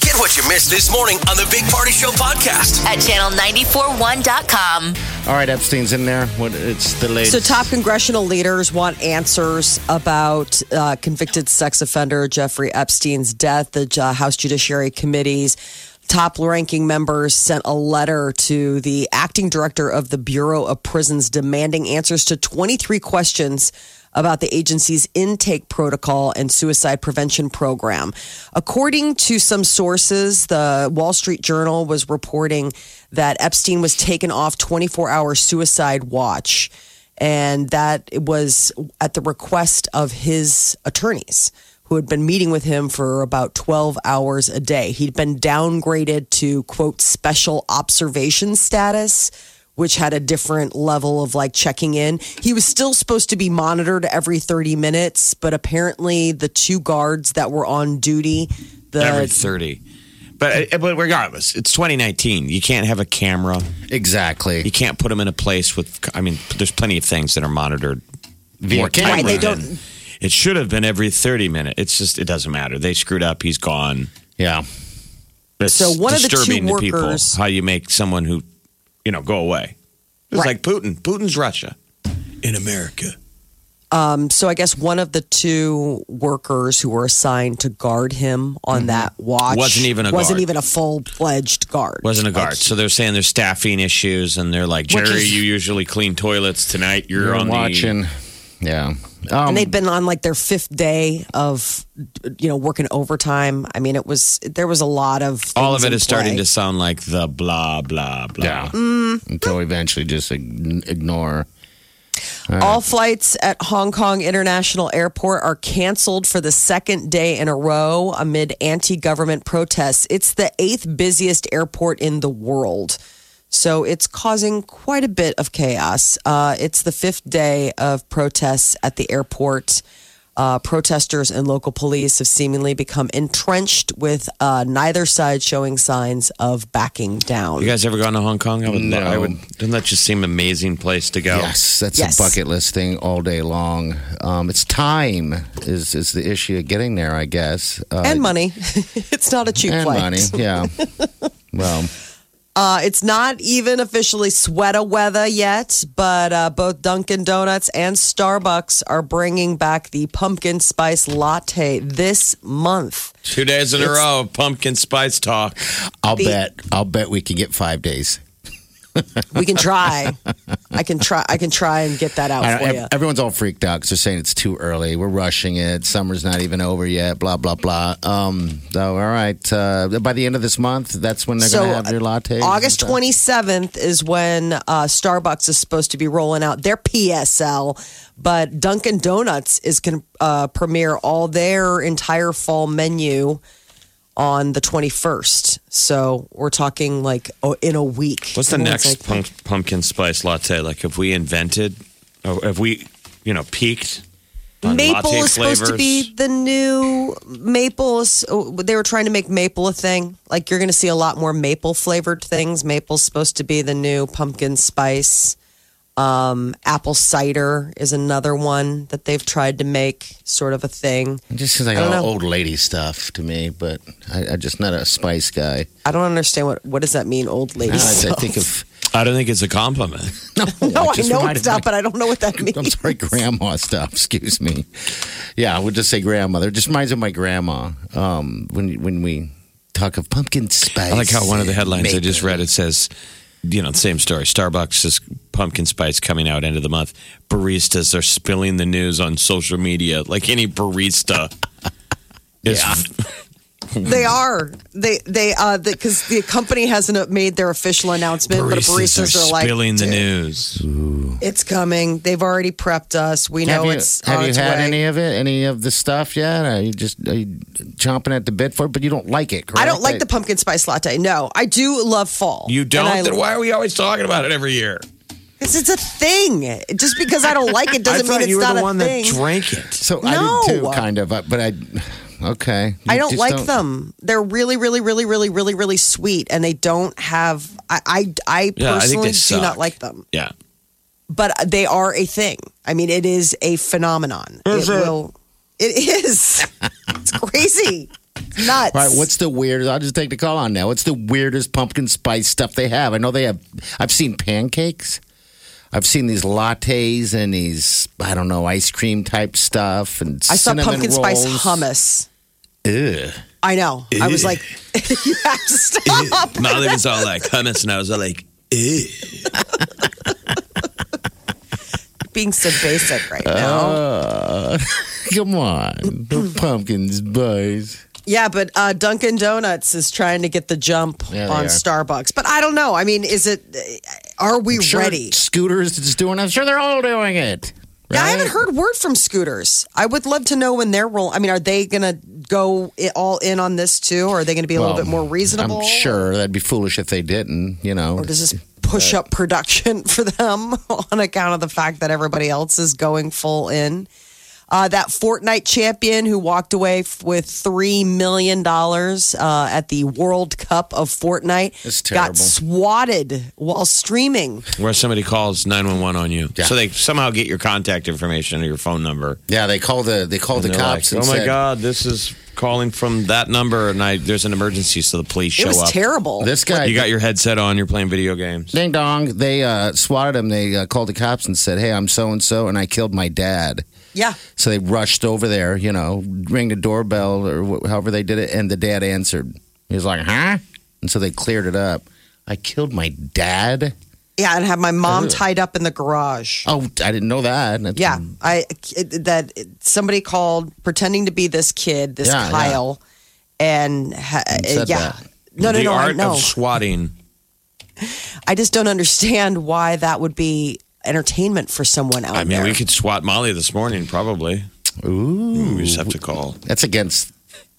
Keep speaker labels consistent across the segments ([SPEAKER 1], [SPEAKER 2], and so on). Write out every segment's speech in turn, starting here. [SPEAKER 1] Get what you missed this morning on the Big Party Show podcast.
[SPEAKER 2] at channel941.com.
[SPEAKER 3] All right, Epstein's in there. What? It's the latest.
[SPEAKER 4] So, top congressional leaders want answers about uh, convicted sex offender Jeffrey Epstein's death. The uh, House Judiciary Committee's top ranking members sent a letter to the acting director of the Bureau of Prisons demanding answers to 23 questions about the agency's intake protocol and suicide prevention program. According to some sources, the Wall Street Journal was reporting that Epstein was taken off 24 hour suicide watch, and that it was at the request of his attorneys. Who had been meeting with him for about 12 hours a day. He'd been downgraded to, quote, special observation status, which had a different level of like checking in. He was still supposed to be monitored every 30 minutes, but apparently the two guards that were on duty, the
[SPEAKER 5] every 30 but eh, but regardless it's 2019 you can't have a camera you
[SPEAKER 3] exactly.
[SPEAKER 5] can't put them in a place with i mean there's plenty of things that are monitored
[SPEAKER 3] Via
[SPEAKER 5] more
[SPEAKER 3] camera.
[SPEAKER 5] tightly
[SPEAKER 4] Right, they
[SPEAKER 5] than-
[SPEAKER 4] don't-
[SPEAKER 5] it should have been every 30 minutes it's just it doesn't matter they screwed up he's gone
[SPEAKER 3] Yeah.
[SPEAKER 5] it's
[SPEAKER 4] So one of the two
[SPEAKER 5] disturbing to people
[SPEAKER 4] workers-
[SPEAKER 5] how you make someone who you know go away it's
[SPEAKER 4] Right.
[SPEAKER 5] like putin putin's russia in america
[SPEAKER 4] Um, so I guess one of the two workers who were assigned to guard him on that watch
[SPEAKER 5] Mm-hmm. Wasn't even a
[SPEAKER 4] wasn't
[SPEAKER 5] guard.
[SPEAKER 4] even a full fledged guard.
[SPEAKER 5] wasn't a guard so they're saying there's staffing issues and they're like
[SPEAKER 4] Which
[SPEAKER 5] jerry
[SPEAKER 4] is-
[SPEAKER 5] you usually clean toilets tonight you're,
[SPEAKER 3] You're
[SPEAKER 5] on the-
[SPEAKER 3] watching. Yeah. Um,
[SPEAKER 4] and they'd been on like their fifth day of you know working overtime. I mean, it was there was a lot of
[SPEAKER 5] all of
[SPEAKER 4] things
[SPEAKER 5] it
[SPEAKER 4] in
[SPEAKER 5] is starting
[SPEAKER 4] play.
[SPEAKER 5] to sound like the blah blah blah
[SPEAKER 3] yeah.
[SPEAKER 4] Mm.
[SPEAKER 3] Until we eventually just ign- ignore.
[SPEAKER 4] All flights at Hong Kong International Airport are canceled for the second day in a row amid anti government protests. It's the eighth busiest airport in the world. So it's causing quite a bit of chaos. Uh, it's the fifth day of protests at the airport. Uh, protesters and local police have seemingly become entrenched with uh, neither side showing signs of backing down.
[SPEAKER 5] You guys ever gone to Hong Kong? I would. lo- I
[SPEAKER 3] No.
[SPEAKER 5] would. Doesn't that just seem an amazing place
[SPEAKER 3] Oh.
[SPEAKER 5] to go?
[SPEAKER 3] Yes, that's
[SPEAKER 4] Yes.
[SPEAKER 3] a bucket list thing all day long. Um, it's time is is the issue of getting there, I guess. Uh,
[SPEAKER 4] and money. it's not a cheap
[SPEAKER 3] and
[SPEAKER 4] flight.
[SPEAKER 3] money. Yeah. well,
[SPEAKER 4] Uh, it's not even officially sweater weather yet, but uh, both Dunkin' Donuts and Starbucks are bringing back the pumpkin spice latte this month.
[SPEAKER 5] Two days in a row of pumpkin spice talk.
[SPEAKER 3] I'll
[SPEAKER 4] The-
[SPEAKER 3] bet I'll bet we could get five days.
[SPEAKER 4] We can try. I can try. I can try and get that out
[SPEAKER 3] I
[SPEAKER 4] Oh, for
[SPEAKER 3] don't-
[SPEAKER 4] you.
[SPEAKER 3] everyone's all freaked out because they're saying it's too early. We're rushing it. Summer's not even over yet. Blah blah blah. Um, so all right, uh, by the end of this month, that's when they're going to have your latte.
[SPEAKER 4] uh, August 27th is when uh, Starbucks is supposed to be rolling out their PSL, but Dunkin' Donuts is going to uh, premiere all their entire fall menu on the 21st. So we're talking like oh, in a week.
[SPEAKER 5] What's the
[SPEAKER 4] Everyone's
[SPEAKER 5] next
[SPEAKER 4] like,
[SPEAKER 5] pump, pumpkin spice latte? Like, have we invented? Or have we, you know, peaked? on
[SPEAKER 4] maple
[SPEAKER 5] latte
[SPEAKER 4] is supposed to
[SPEAKER 5] flavors?
[SPEAKER 4] be the new maple. Is, oh, they were trying to make maple a thing. Like you're going to see a lot more maple flavored things. Maple's supposed to be the new pumpkin spice. Um, apple cider is another one that they've tried to make sort of a thing.
[SPEAKER 3] It just seems like
[SPEAKER 4] I don't
[SPEAKER 3] all
[SPEAKER 4] know.
[SPEAKER 3] old lady stuff to me, but I, I'm just not a spice guy.
[SPEAKER 4] I don't understand what what does that mean, old lady.
[SPEAKER 3] Now I, I
[SPEAKER 4] stuff?
[SPEAKER 3] think of
[SPEAKER 5] I don't think it's a compliment.
[SPEAKER 4] no, I
[SPEAKER 3] just
[SPEAKER 4] know
[SPEAKER 3] reminded
[SPEAKER 4] it's not,
[SPEAKER 3] me-
[SPEAKER 4] but I don't know what that means.
[SPEAKER 3] I'm sorry, grandma stuff. Excuse me. Yeah, I would just say grandmother. It just reminds me of my grandma. Um, when when we talk of pumpkin spice,
[SPEAKER 5] I like how one of the
[SPEAKER 3] and
[SPEAKER 5] headlines I just
[SPEAKER 3] maple.
[SPEAKER 5] read it says, you know, the same story. Starbucks is pumpkin spice coming out end of the month. Baristas are spilling the news on social media, like any barista. Is,
[SPEAKER 4] They are they they uh because the, company hasn't made their official announcement, but baristas are, like
[SPEAKER 5] spilling the
[SPEAKER 4] "Dude,
[SPEAKER 5] news.
[SPEAKER 4] It's coming. They've already prepped us. We know
[SPEAKER 3] have you,
[SPEAKER 4] it's
[SPEAKER 3] have
[SPEAKER 4] on
[SPEAKER 3] you
[SPEAKER 4] its
[SPEAKER 3] had
[SPEAKER 4] way.
[SPEAKER 3] any of it? Any of the stuff yet? Are you just are you chomping at the bit for it? But you don't like it. Correct?
[SPEAKER 4] I don't like the pumpkin spice latte. No, I do love fall.
[SPEAKER 5] You don't?
[SPEAKER 4] And I-
[SPEAKER 5] then why are we always talking about it every year?
[SPEAKER 4] 'Cause it's a thing. Just because I don't like it
[SPEAKER 5] I
[SPEAKER 4] doesn't
[SPEAKER 5] thought
[SPEAKER 4] mean it's
[SPEAKER 5] you were
[SPEAKER 4] not
[SPEAKER 5] the
[SPEAKER 4] a
[SPEAKER 5] one
[SPEAKER 4] thing.
[SPEAKER 5] that drank it.
[SPEAKER 3] So I did too,
[SPEAKER 4] No.
[SPEAKER 3] kind of. uh, But I, okay.
[SPEAKER 4] I
[SPEAKER 3] You
[SPEAKER 4] don't
[SPEAKER 3] just
[SPEAKER 4] like them. They're really, really, really, really, really, really sweet, and they don't have. I, I, I
[SPEAKER 5] Yeah, I think
[SPEAKER 4] personally
[SPEAKER 5] they
[SPEAKER 4] do
[SPEAKER 5] suck.
[SPEAKER 4] not like them,
[SPEAKER 5] Yeah.
[SPEAKER 4] but they are a thing. I mean, it is a phenomenon.
[SPEAKER 5] Is
[SPEAKER 4] it,
[SPEAKER 5] it?
[SPEAKER 4] will. It is. it's crazy. It's nuts.
[SPEAKER 3] All right, what's the weirdest? I'll just take the call on now. What's the weirdest pumpkin spice stuff they have? I know they have. I've seen pancakes. I've seen these lattes and these I don't know ice cream type stuff and
[SPEAKER 4] I saw
[SPEAKER 3] cinnamon
[SPEAKER 4] pumpkin
[SPEAKER 3] rolls.
[SPEAKER 4] spice hummus.
[SPEAKER 3] Ugh.
[SPEAKER 4] I know. I was
[SPEAKER 3] Eh.
[SPEAKER 4] like, you have to stop.
[SPEAKER 5] Molly was all like hummus, and I was all like, "Ew."
[SPEAKER 4] being so basic right
[SPEAKER 3] Oh.
[SPEAKER 4] now.
[SPEAKER 3] Come on, no pumpkin spice.
[SPEAKER 4] Yeah, but uh, Dunkin' Donuts is trying to get the jump
[SPEAKER 3] Yeah, they
[SPEAKER 4] on
[SPEAKER 3] are.
[SPEAKER 4] Starbucks. But I don't know. I mean, is it? Are we
[SPEAKER 3] Sure,
[SPEAKER 4] ready?
[SPEAKER 3] Scooters is doing. it. I'm sure they're all doing it.
[SPEAKER 4] Yeah, I
[SPEAKER 3] right?
[SPEAKER 4] haven't heard word from Scooters. I would love to know when they're roll. I mean, are they going to go i- all in on this too? Or are they going to be a little
[SPEAKER 3] Well,
[SPEAKER 4] bit more reasonable?
[SPEAKER 3] I'm sure that'd be foolish if they didn't. You know,
[SPEAKER 4] Or does this push up production for them on account of the fact that everybody else is going full in? Uh, that Fortnite champion who walked away f- with $3 million uh, at the World Cup of
[SPEAKER 3] That's
[SPEAKER 4] Fortnite got
[SPEAKER 3] terrible.
[SPEAKER 4] swatted while streaming.
[SPEAKER 5] where somebody calls 911 on you.
[SPEAKER 3] Yeah.
[SPEAKER 5] So they somehow get your contact information or your phone number.
[SPEAKER 3] yeah, they call the they call the
[SPEAKER 5] They're
[SPEAKER 3] cops.
[SPEAKER 5] like,
[SPEAKER 3] and
[SPEAKER 5] oh my
[SPEAKER 3] said,
[SPEAKER 5] God, this is calling from that number, and I there's an emergency, so the police
[SPEAKER 4] It
[SPEAKER 5] show
[SPEAKER 4] was
[SPEAKER 5] up.
[SPEAKER 4] terrible.
[SPEAKER 3] This guy,
[SPEAKER 5] You got your headset on, you're playing video games.
[SPEAKER 3] Ding dong. They uh, swatted him. They uh, called the cops and said, Hey, I'm so and so, and I killed my dad.
[SPEAKER 4] yeah.
[SPEAKER 3] So they rushed over there, you know, ring the doorbell or wh- however they did it, and the dad answered. He was like, Huh? And so they cleared it up. I killed my dad?
[SPEAKER 4] Yeah, and have my mom tied up in the garage.
[SPEAKER 3] Oh, I didn't know that. That's-
[SPEAKER 4] Yeah, I that somebody called pretending to be this kid, this
[SPEAKER 3] Yeah, yeah.
[SPEAKER 4] Kyle, and, ha- uh,
[SPEAKER 3] said
[SPEAKER 4] yeah,
[SPEAKER 3] that.
[SPEAKER 4] no, no,
[SPEAKER 5] the
[SPEAKER 4] no, I
[SPEAKER 5] art
[SPEAKER 4] know.
[SPEAKER 5] of swatting.
[SPEAKER 4] I just don't understand why that would be entertainment for someone out
[SPEAKER 5] I mean,
[SPEAKER 4] there.
[SPEAKER 5] we could swat Molly this morning, probably. Ooh. We just have to call.
[SPEAKER 3] That's against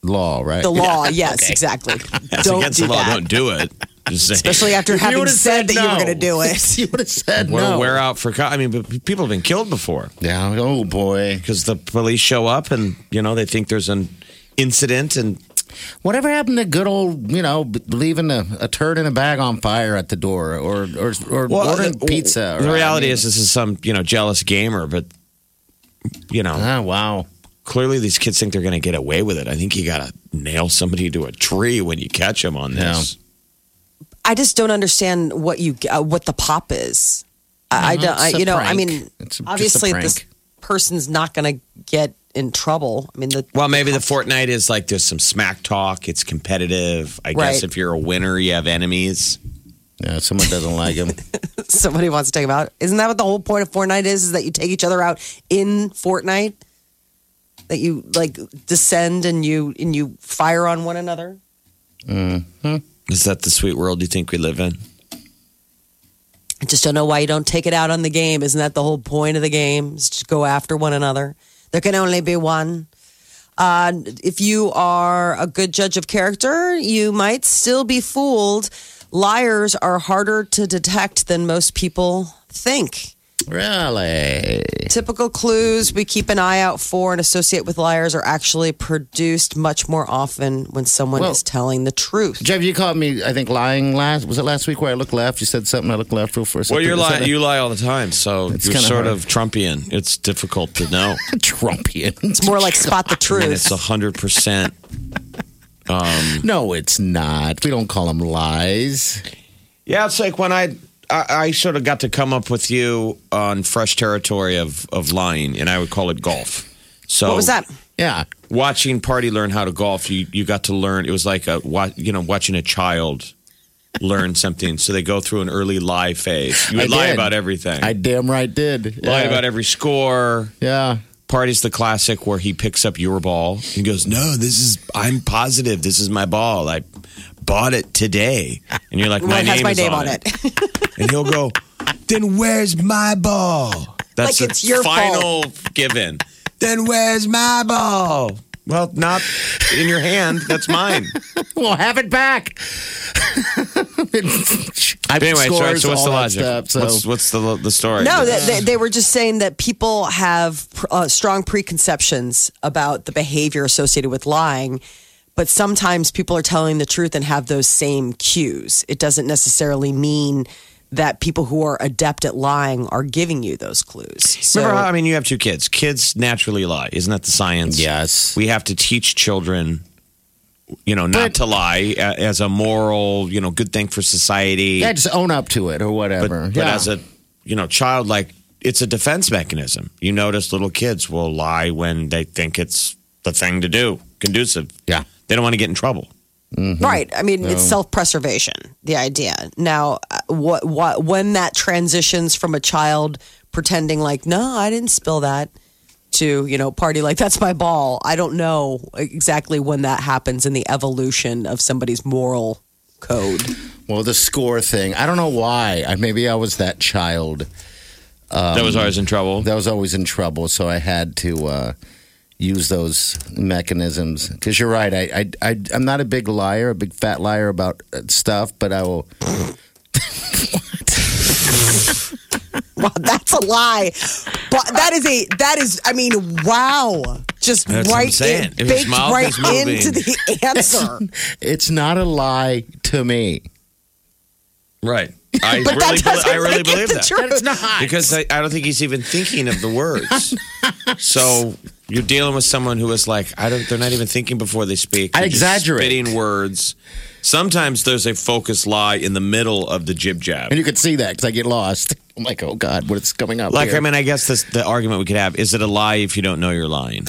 [SPEAKER 3] law, right?
[SPEAKER 4] the law, yes, exactly.
[SPEAKER 5] That's
[SPEAKER 4] don't
[SPEAKER 5] against
[SPEAKER 4] do
[SPEAKER 5] the law.
[SPEAKER 4] that,
[SPEAKER 5] Don't do it. Just saying.
[SPEAKER 4] especially after
[SPEAKER 3] If you
[SPEAKER 4] having
[SPEAKER 3] would've
[SPEAKER 4] said, that you
[SPEAKER 3] no,
[SPEAKER 4] were going to do it.
[SPEAKER 3] you would have said
[SPEAKER 5] We're,
[SPEAKER 3] no.
[SPEAKER 5] we're out for. Co- I mean, but people have been killed before
[SPEAKER 3] Yeah. Oh, boy.
[SPEAKER 5] because the police show up and you know they think there's an incident and
[SPEAKER 3] Whatever happened to good old, you know, b- leaving a, a turd in a bag on fire at the door or, or, or ordering
[SPEAKER 5] uh, the-
[SPEAKER 3] pizza?
[SPEAKER 5] The
[SPEAKER 3] or- I
[SPEAKER 5] reality
[SPEAKER 3] mean-
[SPEAKER 5] is, this is some you know jealous gamer, but you know
[SPEAKER 3] Oh, wow.
[SPEAKER 5] clearly these kids think they're going to get away with it. I think you got to nail somebody to a tree when you catch them on this.
[SPEAKER 4] I just don't understand what you uh, what the pop is. I I
[SPEAKER 3] Mhm,
[SPEAKER 4] don't. I,
[SPEAKER 3] it's a
[SPEAKER 4] you know, I
[SPEAKER 3] prank.
[SPEAKER 4] mean,
[SPEAKER 3] It's just a
[SPEAKER 4] obviously this
[SPEAKER 3] prank.
[SPEAKER 4] person's not going to get in trouble. I mean, the
[SPEAKER 5] Well, maybe the Fortnite is like there's some smack talk. It's competitive. I guess
[SPEAKER 4] Right.
[SPEAKER 5] if you're a winner, you have enemies.
[SPEAKER 3] Yeah, someone doesn't like him.
[SPEAKER 4] somebody wants to take them out. Isn't that what the whole point of Fortnite is? Is that you take each other out in Fortnite? That you like descend and you and you fire on one another.
[SPEAKER 5] Is that the sweet world you think we live in?
[SPEAKER 4] I just don't know why you don't take it out on the game. Isn't that the whole point of the game? Is to go after one another. There can only be one. Uh, if you are a good judge of character, you might still be fooled. Liars are harder to detect than most people think.
[SPEAKER 3] really?
[SPEAKER 4] Typical clues we keep an eye out for and associate with liars are actually produced much more often when someone
[SPEAKER 3] Well-
[SPEAKER 4] is telling the truth.
[SPEAKER 3] Jeff, you called me, I think, lying last. Was it last week where I looked left? You said something, I looked left real first.
[SPEAKER 5] Well, you're
[SPEAKER 3] lying.
[SPEAKER 5] lying. You lie all the time, so
[SPEAKER 3] It's
[SPEAKER 5] you're
[SPEAKER 3] kinda
[SPEAKER 5] sort
[SPEAKER 3] hard.
[SPEAKER 5] of Trumpian. It's difficult to know.
[SPEAKER 3] Trumpian.
[SPEAKER 4] It's more like spot the truth.
[SPEAKER 5] and it's hundred percent. um,
[SPEAKER 3] no, it's not. We don't call them lies.
[SPEAKER 5] Yeah, it's like when I, I I sort of got to come up with you on fresh territory of of lying, and I would call it golf. So
[SPEAKER 4] what was that?
[SPEAKER 3] Yeah.
[SPEAKER 5] Watching Party learn how to golf, you you got to learn. It was like a wa- you know watching a child learn something. So they go through an early lie phase. You would
[SPEAKER 3] I
[SPEAKER 5] lie
[SPEAKER 3] did.
[SPEAKER 5] about everything.
[SPEAKER 3] I damn right did.
[SPEAKER 5] lied
[SPEAKER 3] yeah.
[SPEAKER 5] about every score.
[SPEAKER 3] Yeah.
[SPEAKER 5] part is the classic where he picks up your ball. He goes, "No, this is I'm positive this is my ball. I bought it today." And you're like, "My
[SPEAKER 4] Right,
[SPEAKER 5] name
[SPEAKER 4] has my
[SPEAKER 5] is
[SPEAKER 4] name
[SPEAKER 5] on,
[SPEAKER 4] on it.
[SPEAKER 5] And he'll go, "Then where's my ball?"
[SPEAKER 4] Like
[SPEAKER 5] That's the
[SPEAKER 4] it's your
[SPEAKER 5] final given. Then where's my ball? Well, not in your hand. That's mine.
[SPEAKER 3] Well, have it back. I've
[SPEAKER 5] Anyway, so-
[SPEAKER 3] scores,
[SPEAKER 5] so what's
[SPEAKER 3] all
[SPEAKER 5] the
[SPEAKER 3] that
[SPEAKER 5] logic?
[SPEAKER 3] stuff, so-
[SPEAKER 5] What's what's the the story?
[SPEAKER 4] No, they, they, they were just saying that people have uh, strong preconceptions about the behavior associated with lying, but sometimes people are telling the truth and have those same cues. It doesn't necessarily mean that people who are adept at lying are giving you those clues. So,
[SPEAKER 5] Remember how, I mean, you have two kids. Kids naturally lie. Isn't that the science?
[SPEAKER 3] Yes.
[SPEAKER 5] We have to teach children, you know, not to lie a- as a moral, you know, good thing for society.
[SPEAKER 3] yeah, just own up to it or
[SPEAKER 5] but,
[SPEAKER 3] whatever.
[SPEAKER 5] but
[SPEAKER 3] yeah.
[SPEAKER 5] as a, you know, child, like, it's a defense mechanism. You notice little kids will lie when they think it's the thing to do, conducive.
[SPEAKER 3] Yeah.
[SPEAKER 5] They don't want to get in trouble. Mm.
[SPEAKER 4] Right. I mean, it's self-preservation. The idea. Now, uh, what, what, when that transitions from a child pretending like, "No, I didn't spill that," to you know, party like that's my ball. I don't know exactly when that happens in the evolution of somebody's moral code.
[SPEAKER 3] Well, the score thing. I don't know why. I, maybe I was that child
[SPEAKER 5] that
[SPEAKER 4] Um,
[SPEAKER 5] was always in trouble.
[SPEAKER 3] that was always in trouble, so I had to uh, use those mechanisms. Because you're right, I, I, I, I'm not a big liar, a big fat liar about uh, stuff, but I will.
[SPEAKER 4] Wow, that's a lie. But that is a that is. I mean, wow. Just
[SPEAKER 5] That's what I'm
[SPEAKER 4] right in,
[SPEAKER 5] saying. If his
[SPEAKER 4] baked
[SPEAKER 5] mouth
[SPEAKER 4] right
[SPEAKER 5] is moving.
[SPEAKER 4] into the answer.
[SPEAKER 3] It's not a lie to me.
[SPEAKER 5] Right. I
[SPEAKER 4] But
[SPEAKER 5] really,
[SPEAKER 4] that doesn't
[SPEAKER 5] believe- I really
[SPEAKER 4] make it
[SPEAKER 5] believe
[SPEAKER 4] the
[SPEAKER 5] that.
[SPEAKER 4] truth.
[SPEAKER 5] because I, I don't think he's even thinking of the words. so you're dealing with someone who is like, I don't. They're not even thinking before they speak.
[SPEAKER 3] I
[SPEAKER 5] They're just
[SPEAKER 3] exaggerate.
[SPEAKER 5] spitting words. Sometimes there's a focused lie in the middle of the jib jab.
[SPEAKER 3] And you could see that because I get lost. I'm like, oh God, what's coming up?
[SPEAKER 5] Like,
[SPEAKER 3] here?
[SPEAKER 5] I mean, I guess this, the argument we could have is it a lie if you don't know you're lying?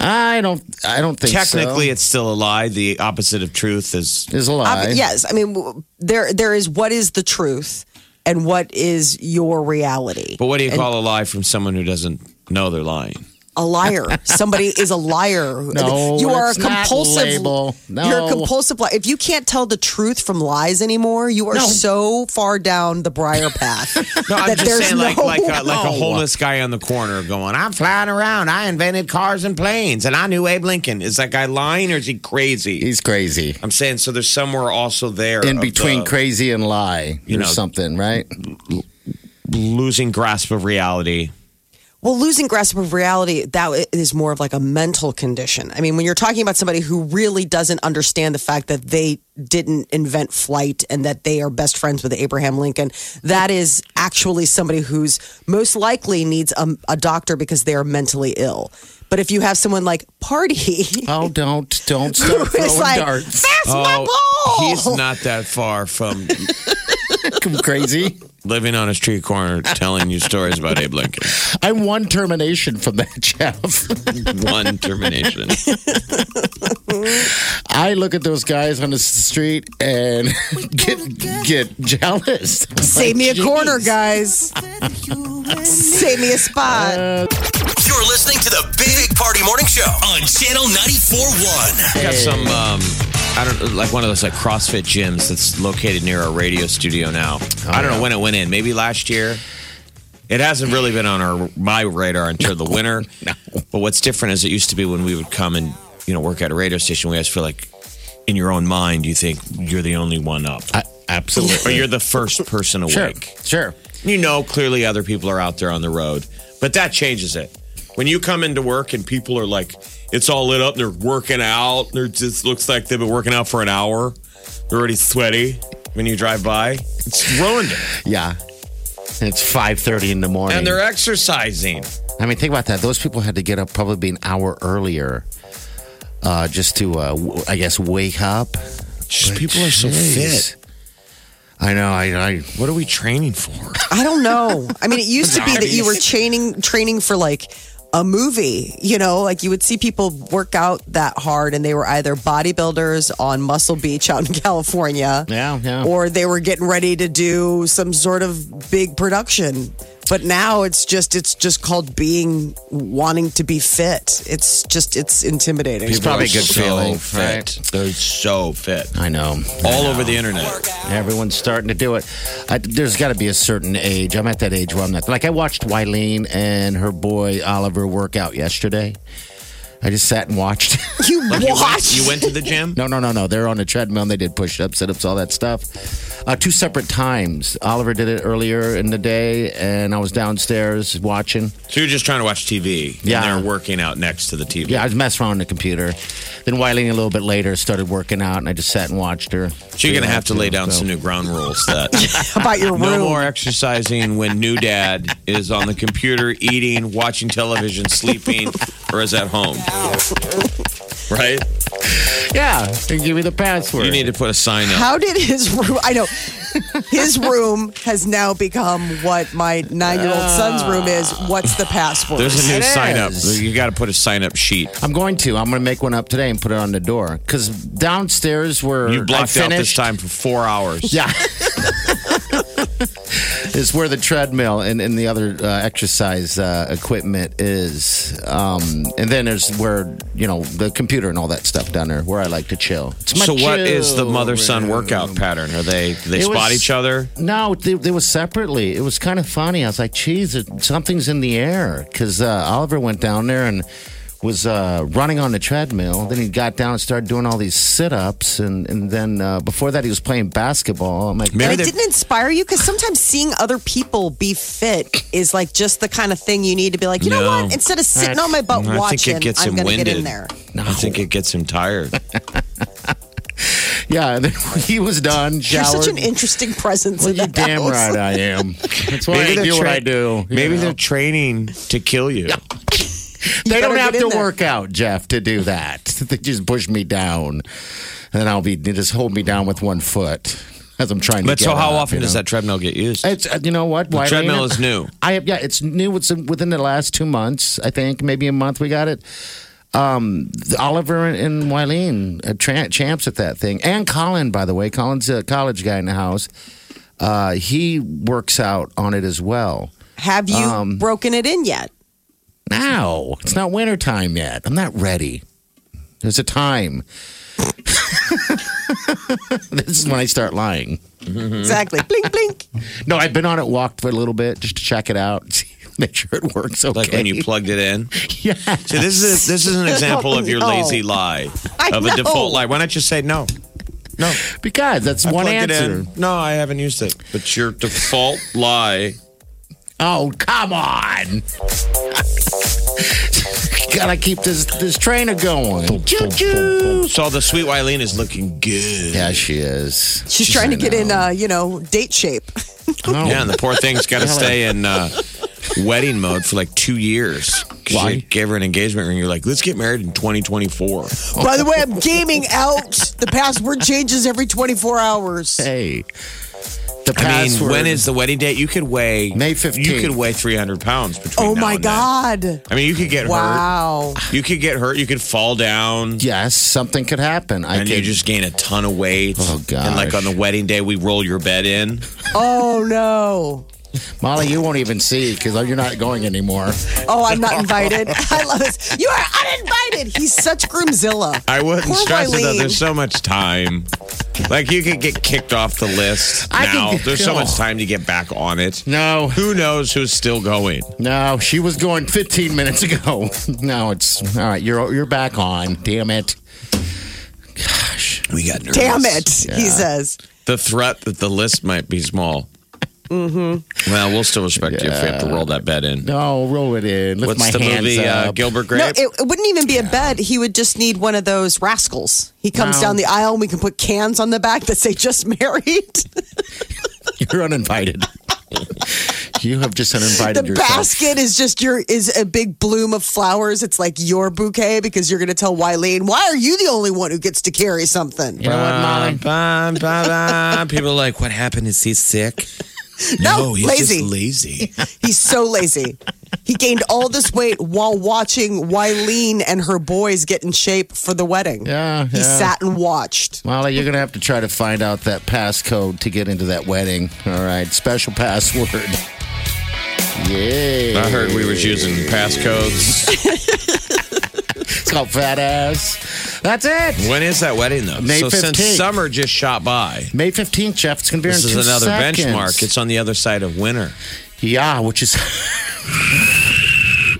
[SPEAKER 3] I don't, I don't think
[SPEAKER 5] Technically,
[SPEAKER 3] so.
[SPEAKER 5] it's still a lie. The opposite of truth is
[SPEAKER 3] it's a lie.
[SPEAKER 4] Obvi- yes, I mean w- there there is what is the truth and what is your reality.
[SPEAKER 5] But what do you call a lie from someone who doesn't know they're lying?
[SPEAKER 4] a liar. Somebody is a liar.
[SPEAKER 3] No,
[SPEAKER 4] you are
[SPEAKER 3] it's
[SPEAKER 4] a
[SPEAKER 3] not
[SPEAKER 4] compulsive
[SPEAKER 3] label. No.
[SPEAKER 4] You're a compulsive liar. If you can't tell the truth from lies anymore, you are so far down the briar path
[SPEAKER 5] No, I'm
[SPEAKER 4] that
[SPEAKER 5] just
[SPEAKER 4] there's
[SPEAKER 5] saying,
[SPEAKER 4] no
[SPEAKER 5] like, like, uh, a, like a
[SPEAKER 3] No.
[SPEAKER 5] homeless guy on the corner going, I'm flying around. I invented cars and planes, and I knew Abe Lincoln. Is that guy lying or is he crazy?
[SPEAKER 3] He's crazy.
[SPEAKER 5] I'm saying, so there's somewhere also there
[SPEAKER 3] In
[SPEAKER 5] of
[SPEAKER 3] between
[SPEAKER 5] the
[SPEAKER 3] crazy and lie,
[SPEAKER 5] You
[SPEAKER 3] or
[SPEAKER 5] know.
[SPEAKER 3] something, right?
[SPEAKER 5] losing grasp of reality.
[SPEAKER 4] Well, losing grasp of reality, that is more of like a mental condition. I mean, when you're talking about somebody who really doesn't understand the fact that they didn't invent flight and that they are best friends with Abraham Lincoln, that is actually somebody who's most likely needs a, a doctor because they are mentally ill. But if you have someone like Party,
[SPEAKER 3] Oh, don't, don't
[SPEAKER 4] who
[SPEAKER 3] start
[SPEAKER 4] is
[SPEAKER 3] throwing
[SPEAKER 4] like,
[SPEAKER 3] darts.
[SPEAKER 4] that's my ball.
[SPEAKER 5] Oh, he's not that far from
[SPEAKER 3] crazy.
[SPEAKER 5] living on a street corner telling you stories about Abe Lincoln.
[SPEAKER 3] I'm one termination from that, Jeff.
[SPEAKER 5] One termination.
[SPEAKER 3] I look at those guys on the street and get get jealous.
[SPEAKER 4] Save me a corner, guys. Save me a spot.
[SPEAKER 1] You're listening to the Big Party Morning Show on Channel 94.1.
[SPEAKER 5] got some um I don't like one of those like CrossFit gyms that's located near our radio studio now.
[SPEAKER 3] Oh,
[SPEAKER 5] I don't know when it went in. Maybe last year. It hasn't really been on our my radar until the winter. But what's different is it used to be when we would come and you know work at a radio station. We always feel like in your own mind you think you're the only one up,
[SPEAKER 3] I, absolutely.
[SPEAKER 5] or you're the first person awake.
[SPEAKER 3] sure, sure.
[SPEAKER 5] You know, clearly other people are out there on the road, but that changes it. When you come into work and people are like, it's all lit up, they're working out, they're just looks like they've been working out for an hour. They're already sweaty when you drive by. It's ruined it.
[SPEAKER 3] Yeah. And it's five thirty in the morning.
[SPEAKER 5] And they're exercising.
[SPEAKER 3] I mean, think about that. Those people had to get up probably an hour earlier, uh, just to, uh, w- I guess, wake up.
[SPEAKER 5] Just people are so
[SPEAKER 3] Jeez.
[SPEAKER 5] fit.
[SPEAKER 3] I know. I, I
[SPEAKER 5] What are we training for?
[SPEAKER 4] I don't know. I mean, it used to be that you were training training for like a movie, you know, like you would see people work out that hard and they were either bodybuilders on Muscle Beach out in California.
[SPEAKER 3] Yeah, yeah.
[SPEAKER 4] Or they were getting ready to do some sort of big production But now it's just it's just called being wanting to be fit. It's just it's intimidating.
[SPEAKER 3] People probably a good
[SPEAKER 5] so
[SPEAKER 3] feeling,
[SPEAKER 5] Fit.
[SPEAKER 3] right?
[SPEAKER 5] They're so fit.
[SPEAKER 3] I know.
[SPEAKER 5] All over the internet.
[SPEAKER 3] Everyone's starting to do it. I, there's got to be a certain age. I'm at that age where I'm not. Like I watched Wileen and her boy Oliver work out yesterday. I just sat and watched.
[SPEAKER 4] You
[SPEAKER 5] You
[SPEAKER 4] watch.
[SPEAKER 5] went, you went to the gym?
[SPEAKER 3] no, no, no, no. They're on the treadmill. And they did push-ups, sit-ups, all that stuff. Uh, two separate times. Oliver did it earlier in the day, and I was downstairs watching.
[SPEAKER 5] So you're just trying to watch TV.
[SPEAKER 3] Yeah.
[SPEAKER 5] And they're working out next to the TV.
[SPEAKER 3] Yeah, I was messing around on the computer. Then Wileen a little bit later started working out, and I just sat and watched her.
[SPEAKER 5] So you're going to have to lay down
[SPEAKER 3] So-
[SPEAKER 5] some new ground rules that
[SPEAKER 4] about your room.
[SPEAKER 5] no more exercising when new dad is on the computer, eating, watching television, sleeping, or is at home. Right?
[SPEAKER 3] Yeah, and give me the password.
[SPEAKER 5] You need to put a sign up.
[SPEAKER 4] How did his room? I know his room has now become what my nine-year-old son's room is. What's the password?
[SPEAKER 5] There's a new
[SPEAKER 3] It
[SPEAKER 5] sign up.
[SPEAKER 3] is.
[SPEAKER 5] You got to put a sign up sheet.
[SPEAKER 3] I'm going to. I'm going to make one up today and put it on the door. Because downstairs where
[SPEAKER 5] You blocked
[SPEAKER 3] I
[SPEAKER 5] out this
[SPEAKER 3] finished,
[SPEAKER 5] time for four hours.
[SPEAKER 3] Yeah. is where the treadmill and, and the other uh, exercise uh, equipment is. Um, and then there's where, you know, the computer and all that stuff down there where I like to chill. It's my
[SPEAKER 5] So what is the
[SPEAKER 3] chill
[SPEAKER 5] mother son
[SPEAKER 3] room.
[SPEAKER 5] workout pattern? Are they do they
[SPEAKER 3] It
[SPEAKER 5] spot
[SPEAKER 3] was-
[SPEAKER 5] each other?
[SPEAKER 3] No, they, they were separately. It was kind of funny. I was like, geez, it, something's in the air. Because uh, Oliver went down there and was uh, running on the treadmill. Then he got down and started doing all these sit ups. And, and then uh, before that, he was playing basketball. I'm like,
[SPEAKER 5] Maybe
[SPEAKER 4] and it
[SPEAKER 5] they-
[SPEAKER 4] didn't inspire you because sometimes seeing other people be fit is like just the kind of thing you need to be like, you know
[SPEAKER 5] No.
[SPEAKER 4] what? Instead of sitting on my butt
[SPEAKER 5] I think
[SPEAKER 4] watching,
[SPEAKER 5] it gets
[SPEAKER 4] I'm
[SPEAKER 5] him
[SPEAKER 4] going to
[SPEAKER 5] winded.
[SPEAKER 4] get in there.
[SPEAKER 5] I think it gets him tired.
[SPEAKER 3] yeah, and then he was done,
[SPEAKER 4] You're
[SPEAKER 3] showered.
[SPEAKER 4] such an interesting presence
[SPEAKER 3] Well,
[SPEAKER 4] in the
[SPEAKER 3] you damn
[SPEAKER 4] house.
[SPEAKER 3] right I am. That's why I
[SPEAKER 5] they're
[SPEAKER 3] do what
[SPEAKER 5] tra-
[SPEAKER 3] I do. you
[SPEAKER 5] Maybe
[SPEAKER 3] know.
[SPEAKER 5] they're training to kill you.
[SPEAKER 3] they
[SPEAKER 4] better
[SPEAKER 3] don't have
[SPEAKER 4] get in
[SPEAKER 3] to
[SPEAKER 4] there.
[SPEAKER 3] work out, Jeff, to do that. They just push me down, and then I'll be they just hold me down with one foot as I'm trying
[SPEAKER 5] But
[SPEAKER 3] to.
[SPEAKER 5] so
[SPEAKER 3] get
[SPEAKER 5] how
[SPEAKER 3] up,
[SPEAKER 5] often
[SPEAKER 3] you
[SPEAKER 5] does
[SPEAKER 3] know?
[SPEAKER 5] that treadmill get used?
[SPEAKER 3] It's uh, you know what? Why
[SPEAKER 5] treadmill
[SPEAKER 3] Lena?
[SPEAKER 5] is new.
[SPEAKER 3] I have yeah, it's new. It's within the last two months, I think, maybe a month. We got it. Um, Oliver and, and Wileen uh, tra- champs at that thing, and Colin, by the way, Colin's a college guy in the house. Uh, he works out on it as well.
[SPEAKER 4] Have you
[SPEAKER 5] Um,
[SPEAKER 4] broken it in yet?
[SPEAKER 3] Now it's not wintertime yet. I'm not ready. There's a time. this is when I start lying.
[SPEAKER 5] Hmm.
[SPEAKER 4] Exactly. blink, blink.
[SPEAKER 3] No, I've been on it, walked for a little bit just to check it out, see- make sure it works. Okay.
[SPEAKER 5] Like when you plugged it in.
[SPEAKER 3] yeah.
[SPEAKER 5] So this is this is an example of your
[SPEAKER 4] No.
[SPEAKER 5] lazy lie
[SPEAKER 4] I
[SPEAKER 5] of a
[SPEAKER 4] know.
[SPEAKER 5] default lie. Why not just say no? No,
[SPEAKER 3] Because that's
[SPEAKER 5] I
[SPEAKER 3] one
[SPEAKER 5] plugged
[SPEAKER 3] answer.
[SPEAKER 5] It in. No, I haven't used it. But your default lie.
[SPEAKER 3] Oh, come on. Gotta keep this this trainer going. Choo choo.
[SPEAKER 5] So the sweet Wileen is looking good.
[SPEAKER 3] Yeah, she is.
[SPEAKER 4] She's trying to get in, uh, you know, date shape.
[SPEAKER 3] Oh,
[SPEAKER 5] Yeah, and the poor thing's got to stay in uh, wedding mode for like two years. 'Cause
[SPEAKER 3] Why?
[SPEAKER 5] You gave her an engagement ring. You're like, let's get married in 2024.
[SPEAKER 4] By the way, I'm gaming out. The password changes every 24 hours.
[SPEAKER 3] Hey. The
[SPEAKER 5] I
[SPEAKER 3] password.
[SPEAKER 5] mean, when is the wedding date? You could weigh
[SPEAKER 3] May
[SPEAKER 5] You
[SPEAKER 3] 15th.
[SPEAKER 5] could weigh 300 pounds between.
[SPEAKER 4] Oh
[SPEAKER 5] now
[SPEAKER 4] my
[SPEAKER 5] and then.
[SPEAKER 4] God.
[SPEAKER 5] I mean, you could get
[SPEAKER 4] Wow.
[SPEAKER 5] hurt. You could get hurt. You could fall down.
[SPEAKER 3] Yes, something could happen. I
[SPEAKER 5] And you
[SPEAKER 3] could
[SPEAKER 5] just gain a ton of weight.
[SPEAKER 3] Oh,
[SPEAKER 5] And like on
[SPEAKER 3] gosh.
[SPEAKER 5] the wedding day, we roll your bed in.
[SPEAKER 4] Oh no.
[SPEAKER 3] Molly, you won't even see because you're not going anymore.
[SPEAKER 4] Oh, I'm not invited. I love this. You are uninvited. He's such Groomzilla.
[SPEAKER 5] I wouldn't
[SPEAKER 4] Poor
[SPEAKER 5] stress it though.
[SPEAKER 4] Wileen.
[SPEAKER 5] There's so much time. Like you could get kicked off the list
[SPEAKER 3] I
[SPEAKER 5] now.
[SPEAKER 3] could get-
[SPEAKER 5] There's so
[SPEAKER 3] oh.
[SPEAKER 5] much time to get back on it.
[SPEAKER 3] No,
[SPEAKER 5] Who knows who's still going?
[SPEAKER 3] no, she was going 15 minutes ago. No, it's all right. You're you're back on. Damn it. Gosh.
[SPEAKER 5] We got nervous.
[SPEAKER 4] Damn it, he
[SPEAKER 3] Yeah.
[SPEAKER 4] says.
[SPEAKER 5] The threat that the list might be small. Mm-hmm. Well, we'll still respect you if we have to roll that bet in.
[SPEAKER 3] No, roll it in. Lift my
[SPEAKER 5] What's the
[SPEAKER 3] hands
[SPEAKER 5] movie?
[SPEAKER 3] up.
[SPEAKER 5] Uh, Gilbert
[SPEAKER 4] No,
[SPEAKER 5] Grape.
[SPEAKER 4] it, it wouldn't even be a bed. He would just need one of those rascals. He comes
[SPEAKER 3] No.
[SPEAKER 4] down the aisle and we can put cans on the back that say just married.
[SPEAKER 3] You're uninvited. you have just uninvited
[SPEAKER 4] the
[SPEAKER 3] yourself.
[SPEAKER 4] basket is just your is a big bloom of flowers. It's like your bouquet because you're gonna tell Wileen, why are you the only one who gets to carry something?
[SPEAKER 3] You know what, Molly?
[SPEAKER 5] Um, Bum, bum, bum. People are like, what happened? Is he sick?
[SPEAKER 4] No, lazy.
[SPEAKER 5] lazy.
[SPEAKER 4] He's so lazy. He gained all this weight while watching Wileen and her boys get in shape for the wedding.
[SPEAKER 3] Yeah,
[SPEAKER 4] He
[SPEAKER 3] yeah.
[SPEAKER 4] sat and watched.
[SPEAKER 3] Molly, you're going to have to try to find out that passcode to get into that wedding. All right, special password. Yeah.
[SPEAKER 5] I heard we was using passcodes.
[SPEAKER 3] It's called Fat Ass. That's it.
[SPEAKER 5] when is that wedding though?
[SPEAKER 3] May
[SPEAKER 5] so
[SPEAKER 3] 15th.
[SPEAKER 5] since summer just shot by,
[SPEAKER 3] May 15th, Jeff. It's going to be
[SPEAKER 5] this
[SPEAKER 3] in
[SPEAKER 5] is
[SPEAKER 3] two
[SPEAKER 5] another
[SPEAKER 3] seconds.
[SPEAKER 5] benchmark. It's on the other side of winter.
[SPEAKER 3] yeah, which is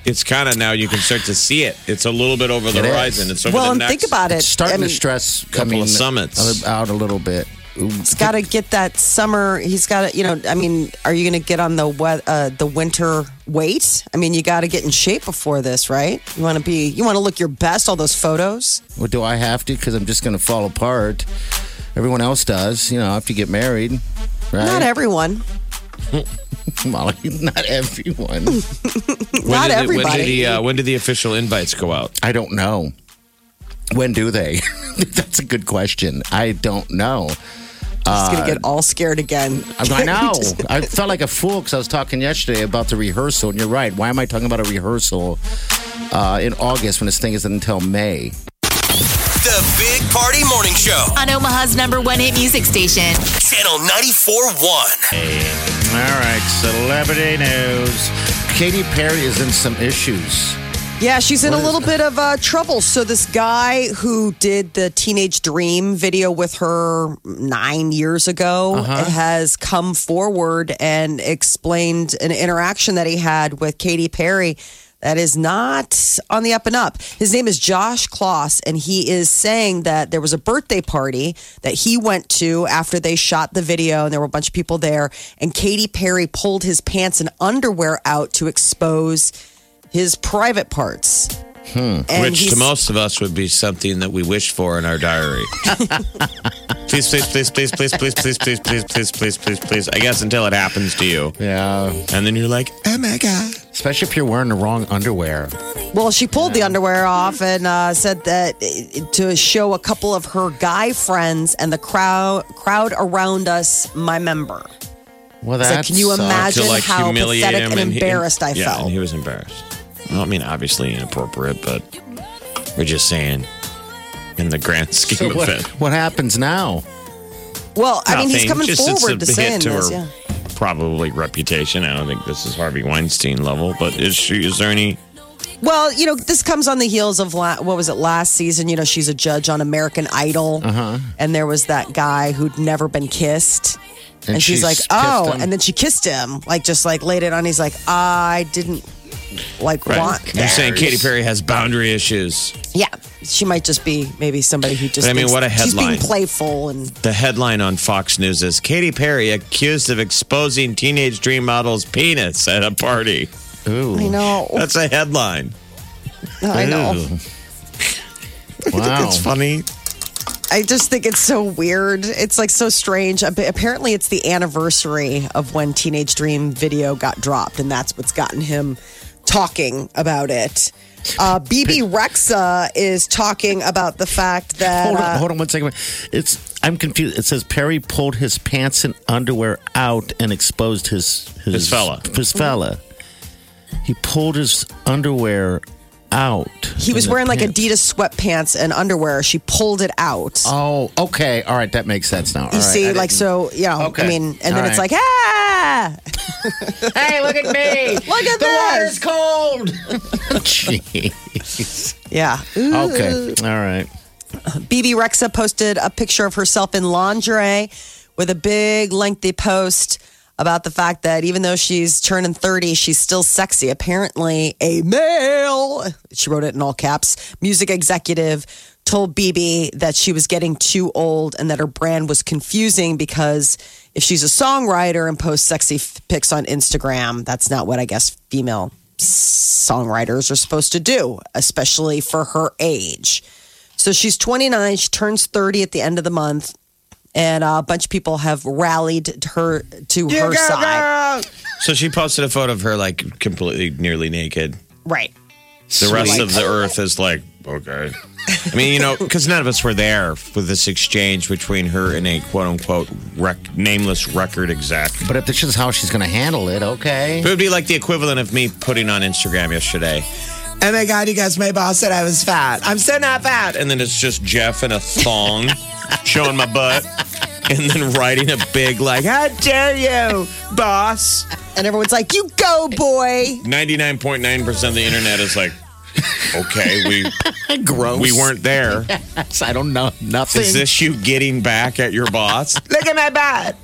[SPEAKER 5] It's kind of now you can start to see it. It's a little bit over the
[SPEAKER 3] It is.
[SPEAKER 5] horizon. It's over
[SPEAKER 4] well,
[SPEAKER 5] the
[SPEAKER 4] and
[SPEAKER 5] next.
[SPEAKER 4] think about it.
[SPEAKER 3] it's starting
[SPEAKER 4] I mean,
[SPEAKER 3] to stress
[SPEAKER 5] couple
[SPEAKER 3] coming
[SPEAKER 5] of summits.
[SPEAKER 3] out a little bit. Ooh,
[SPEAKER 4] He's got to get that summer. He's got to, you know. I mean, are you going to get on the wet, uh, the winter weight? I mean, you got to get in shape before this, right? You want to be, you want to look your best. All those photos.
[SPEAKER 3] Well, do I have to? Because I'm just going to fall apart. Everyone else does. You know, after you get married, right?
[SPEAKER 4] Not everyone.
[SPEAKER 3] Molly, not everyone.
[SPEAKER 5] When
[SPEAKER 4] Not
[SPEAKER 5] did the-
[SPEAKER 4] everybody.
[SPEAKER 5] When do the uh, when do the official invites go out?
[SPEAKER 3] I don't know. When do they? That's a good question. I don't know.
[SPEAKER 4] Just gonna
[SPEAKER 5] uh,
[SPEAKER 4] get all scared again.
[SPEAKER 3] I'm- Uh, I know. I felt like a fool because I was talking yesterday about the rehearsal, and you're right. Why am I talking about a rehearsal uh, in August when this thing isn't until May?
[SPEAKER 1] The Big Party Morning Show.
[SPEAKER 2] On Omaha's number one hit music station.
[SPEAKER 1] Channel 94.1.
[SPEAKER 3] All right, celebrity news. Katy Perry is in some issues.
[SPEAKER 4] Yeah, she's in
[SPEAKER 3] What
[SPEAKER 4] a
[SPEAKER 3] is
[SPEAKER 4] little bit of uh, trouble. So this guy who did the Teenage Dream video with her nine years ago
[SPEAKER 3] Uh-huh.
[SPEAKER 4] has come forward and explained an interaction that he had with Katy Perry that is not on the up and up. His name is Josh Kloss, and he is saying that there was a birthday party that he went to after they shot the video, and there were a bunch of people there, and Katy Perry pulled his pants and underwear out to expose his private parts. And
[SPEAKER 5] Hmm. Which
[SPEAKER 4] he's-
[SPEAKER 5] to most of us would be something that we wish for in our diary. please, please, please, please, please, please, please, please, please, please, please, please, please. I guess until it happens to you,
[SPEAKER 3] Yeah,
[SPEAKER 5] and then you're like, oh my god.
[SPEAKER 3] especially if you're wearing the wrong underwear.
[SPEAKER 4] Well, she pulled the underwear off and uh, said that uh, to show a couple of her guy friends and the crowd crowd around us my member.
[SPEAKER 3] Well,
[SPEAKER 4] It's
[SPEAKER 3] that's
[SPEAKER 4] like, can you imagine
[SPEAKER 5] to like
[SPEAKER 4] how
[SPEAKER 5] humiliate
[SPEAKER 4] pathetic
[SPEAKER 5] him
[SPEAKER 4] and, embarrassed I
[SPEAKER 5] yeah,
[SPEAKER 4] felt?
[SPEAKER 5] and he was embarrassed. Well, I mean, obviously inappropriate, but we're just saying in the grand scheme
[SPEAKER 3] what,
[SPEAKER 5] of it.
[SPEAKER 3] what happens now?
[SPEAKER 4] well, I mean, he's
[SPEAKER 5] nothing.
[SPEAKER 4] coming
[SPEAKER 5] Just it's
[SPEAKER 4] forward to
[SPEAKER 5] a
[SPEAKER 4] saying
[SPEAKER 5] hit to
[SPEAKER 4] this.
[SPEAKER 5] her
[SPEAKER 4] Yeah.
[SPEAKER 5] Probably reputation. I don't think this is Harvey Weinstein level, but is she? Is there any?
[SPEAKER 4] Well, you know, this comes on the heels of la- what was it last season? You know, she's a judge on American Idol,
[SPEAKER 5] Uh-huh.
[SPEAKER 4] and there was that guy who'd never been kissed. And, she's, like,
[SPEAKER 3] kissed
[SPEAKER 4] "Oh,"
[SPEAKER 3] him.
[SPEAKER 4] and then she kissed him, like just like laid it on. He's like, "I didn't like want."
[SPEAKER 5] You're saying
[SPEAKER 3] cares?
[SPEAKER 5] Katy Perry has boundary issues.
[SPEAKER 4] Yeah, she might just be maybe somebody who just.
[SPEAKER 5] But I mean,
[SPEAKER 4] thinks-
[SPEAKER 5] what a
[SPEAKER 4] She's being
[SPEAKER 5] headline.
[SPEAKER 4] playful and
[SPEAKER 5] The headline on Fox News is Katy Perry accused of exposing teenage dream model's penis at a party.
[SPEAKER 3] Ooh,
[SPEAKER 4] I know,
[SPEAKER 5] That's a headline.
[SPEAKER 4] I know.
[SPEAKER 3] wow.
[SPEAKER 4] Oh.
[SPEAKER 5] It's funny.
[SPEAKER 4] I just think it's so weird. It's like so strange. Ap- Apparently, it's the anniversary of when Teenage Dream video got dropped, and that's what's gotten him talking about it. Uh, BB Rexa is talking about the fact that.
[SPEAKER 3] Hold on,
[SPEAKER 4] uh,
[SPEAKER 3] hold on one second. It's I'm confused. It says Perry pulled his pants and underwear out and exposed his his,
[SPEAKER 5] His fella.
[SPEAKER 3] His fella. He pulled his underwear out.
[SPEAKER 4] He was
[SPEAKER 3] in the
[SPEAKER 4] wearing like
[SPEAKER 3] pants.
[SPEAKER 4] Adidas sweatpants and underwear. She pulled it out.
[SPEAKER 3] Oh, okay. All right, that makes sense now. All
[SPEAKER 4] you
[SPEAKER 3] right,
[SPEAKER 4] see,
[SPEAKER 3] I
[SPEAKER 4] like,
[SPEAKER 3] didn't-
[SPEAKER 4] so, you know, I
[SPEAKER 3] Okay.
[SPEAKER 4] mean, and
[SPEAKER 3] All
[SPEAKER 4] then it's
[SPEAKER 3] right.
[SPEAKER 4] like, ah!
[SPEAKER 3] Hey, look at me.
[SPEAKER 4] Look at
[SPEAKER 3] the
[SPEAKER 4] this.
[SPEAKER 3] water's cold. Jeez.
[SPEAKER 4] Yeah.
[SPEAKER 3] Okay. All right.
[SPEAKER 4] BB Rexa posted a picture of herself in lingerie with a big, lengthy post about the fact that even though she's turning 30, she's still sexy. Apparently, a male, she wrote it in all caps, music executive told BB that she was getting too old and that her brand was confusing because if she's a songwriter and posts sexy f- pics on Instagram, that's not what I guess female songwriters are supposed to do, especially for her age. So she's 29. She turns 30 at the end of the month. And uh, a bunch of people have rallied her to her side.
[SPEAKER 5] So she posted a photo of her like completely nearly naked.
[SPEAKER 4] Right.
[SPEAKER 5] The rest of the earth is like, okay. I mean, you know, because none of us were there with this exchange between her and a quote unquote rec- nameless record exec.
[SPEAKER 3] But if this is how she's going to handle it, okay.
[SPEAKER 5] It would be like the equivalent of me putting on Instagram yesterday.
[SPEAKER 6] Oh my God, you guys, my boss said I was fat.
[SPEAKER 5] I'm so not fat. And then it's just Jeff in a thong showing my butt. and then writing a big like, "How dare you, boss!"
[SPEAKER 4] And everyone's like, you go, boy.
[SPEAKER 5] Ninety-nine point nine percent of the internet is like, "Okay, we
[SPEAKER 3] Gross.
[SPEAKER 5] we weren't there.
[SPEAKER 3] I don't know nothing.
[SPEAKER 5] Is this you getting back at your boss?
[SPEAKER 6] Look at my butt.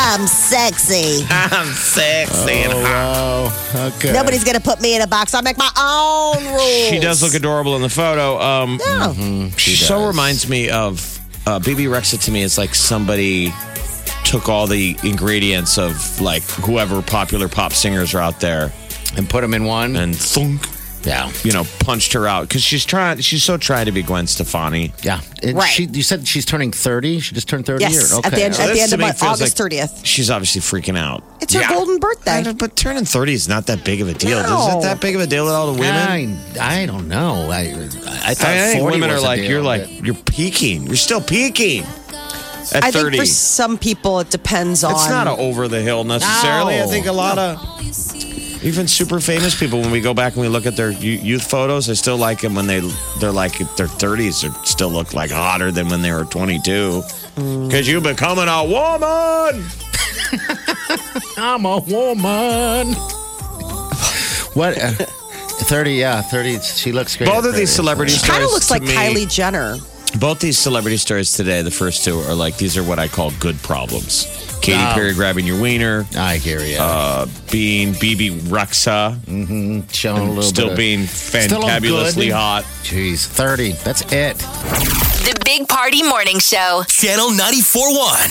[SPEAKER 7] I'm sexy.
[SPEAKER 5] I'm sexy and hot.
[SPEAKER 3] oh, okay.
[SPEAKER 7] Nobody's gonna put me in a box. I make my own rules.
[SPEAKER 5] She does look adorable in the photo. Um,
[SPEAKER 7] No.
[SPEAKER 5] She so reminds me of uh, BB Rexa to me is like somebody took all the ingredients of like whoever popular pop singers are out there
[SPEAKER 3] and put them in one.
[SPEAKER 5] and thunk,
[SPEAKER 3] yeah,
[SPEAKER 5] you know, punched her out because she's trying. She's so trying to be Gwen Stefani.
[SPEAKER 3] yeah. And
[SPEAKER 7] Right.
[SPEAKER 3] She, you said she's turning thirty. She just turned thirty.
[SPEAKER 4] Yes,
[SPEAKER 3] or,
[SPEAKER 4] at
[SPEAKER 3] okay.
[SPEAKER 4] the end-
[SPEAKER 3] all
[SPEAKER 4] at
[SPEAKER 3] right.
[SPEAKER 4] the
[SPEAKER 5] This to
[SPEAKER 4] of
[SPEAKER 5] me
[SPEAKER 4] Au-
[SPEAKER 5] feels
[SPEAKER 4] August 30th.
[SPEAKER 5] She's obviously freaking out.
[SPEAKER 4] It's her golden birthday.
[SPEAKER 5] I don't- but turning thirty is not that big of a deal. Is
[SPEAKER 4] No.
[SPEAKER 5] it that big of a deal at all to women?
[SPEAKER 3] I, I don't know. I I thought
[SPEAKER 5] I think
[SPEAKER 3] 40
[SPEAKER 5] women are
[SPEAKER 3] was a
[SPEAKER 5] like
[SPEAKER 3] deal,
[SPEAKER 5] you're like
[SPEAKER 3] but-
[SPEAKER 5] you're peaking. You're still peaking at
[SPEAKER 4] I think
[SPEAKER 5] thirty.
[SPEAKER 4] for some people it depends on.
[SPEAKER 5] It's not a over the hill necessarily.
[SPEAKER 3] No.
[SPEAKER 5] I think a lot of even super famous people, when we go back and we look at their yo- youth photos, I still like them when they they're like their thirties. They still look like hotter than when they were twenty two. Cause you becoming a woman.
[SPEAKER 3] I'm a woman. what? Uh, thirty? Yeah, thirty. She looks great.
[SPEAKER 5] Both
[SPEAKER 3] at
[SPEAKER 5] of these
[SPEAKER 3] 30.
[SPEAKER 5] celebrity
[SPEAKER 4] She kind
[SPEAKER 5] stories
[SPEAKER 4] of looks
[SPEAKER 5] to
[SPEAKER 4] like
[SPEAKER 5] me-
[SPEAKER 4] Kylie Jenner.
[SPEAKER 5] Both these celebrity stories today, the first two are like these are what I call good problems. Katy Perry grabbing your wiener,
[SPEAKER 3] I hear you.
[SPEAKER 5] uh, being BB Rexa,
[SPEAKER 3] Showing a little bit
[SPEAKER 5] still
[SPEAKER 3] of-
[SPEAKER 5] being
[SPEAKER 3] Still look
[SPEAKER 5] fantabulously
[SPEAKER 3] good.
[SPEAKER 5] hot.
[SPEAKER 3] Jeez, thirty. That's it.
[SPEAKER 2] The Big Party Morning Show.
[SPEAKER 1] Channel 941.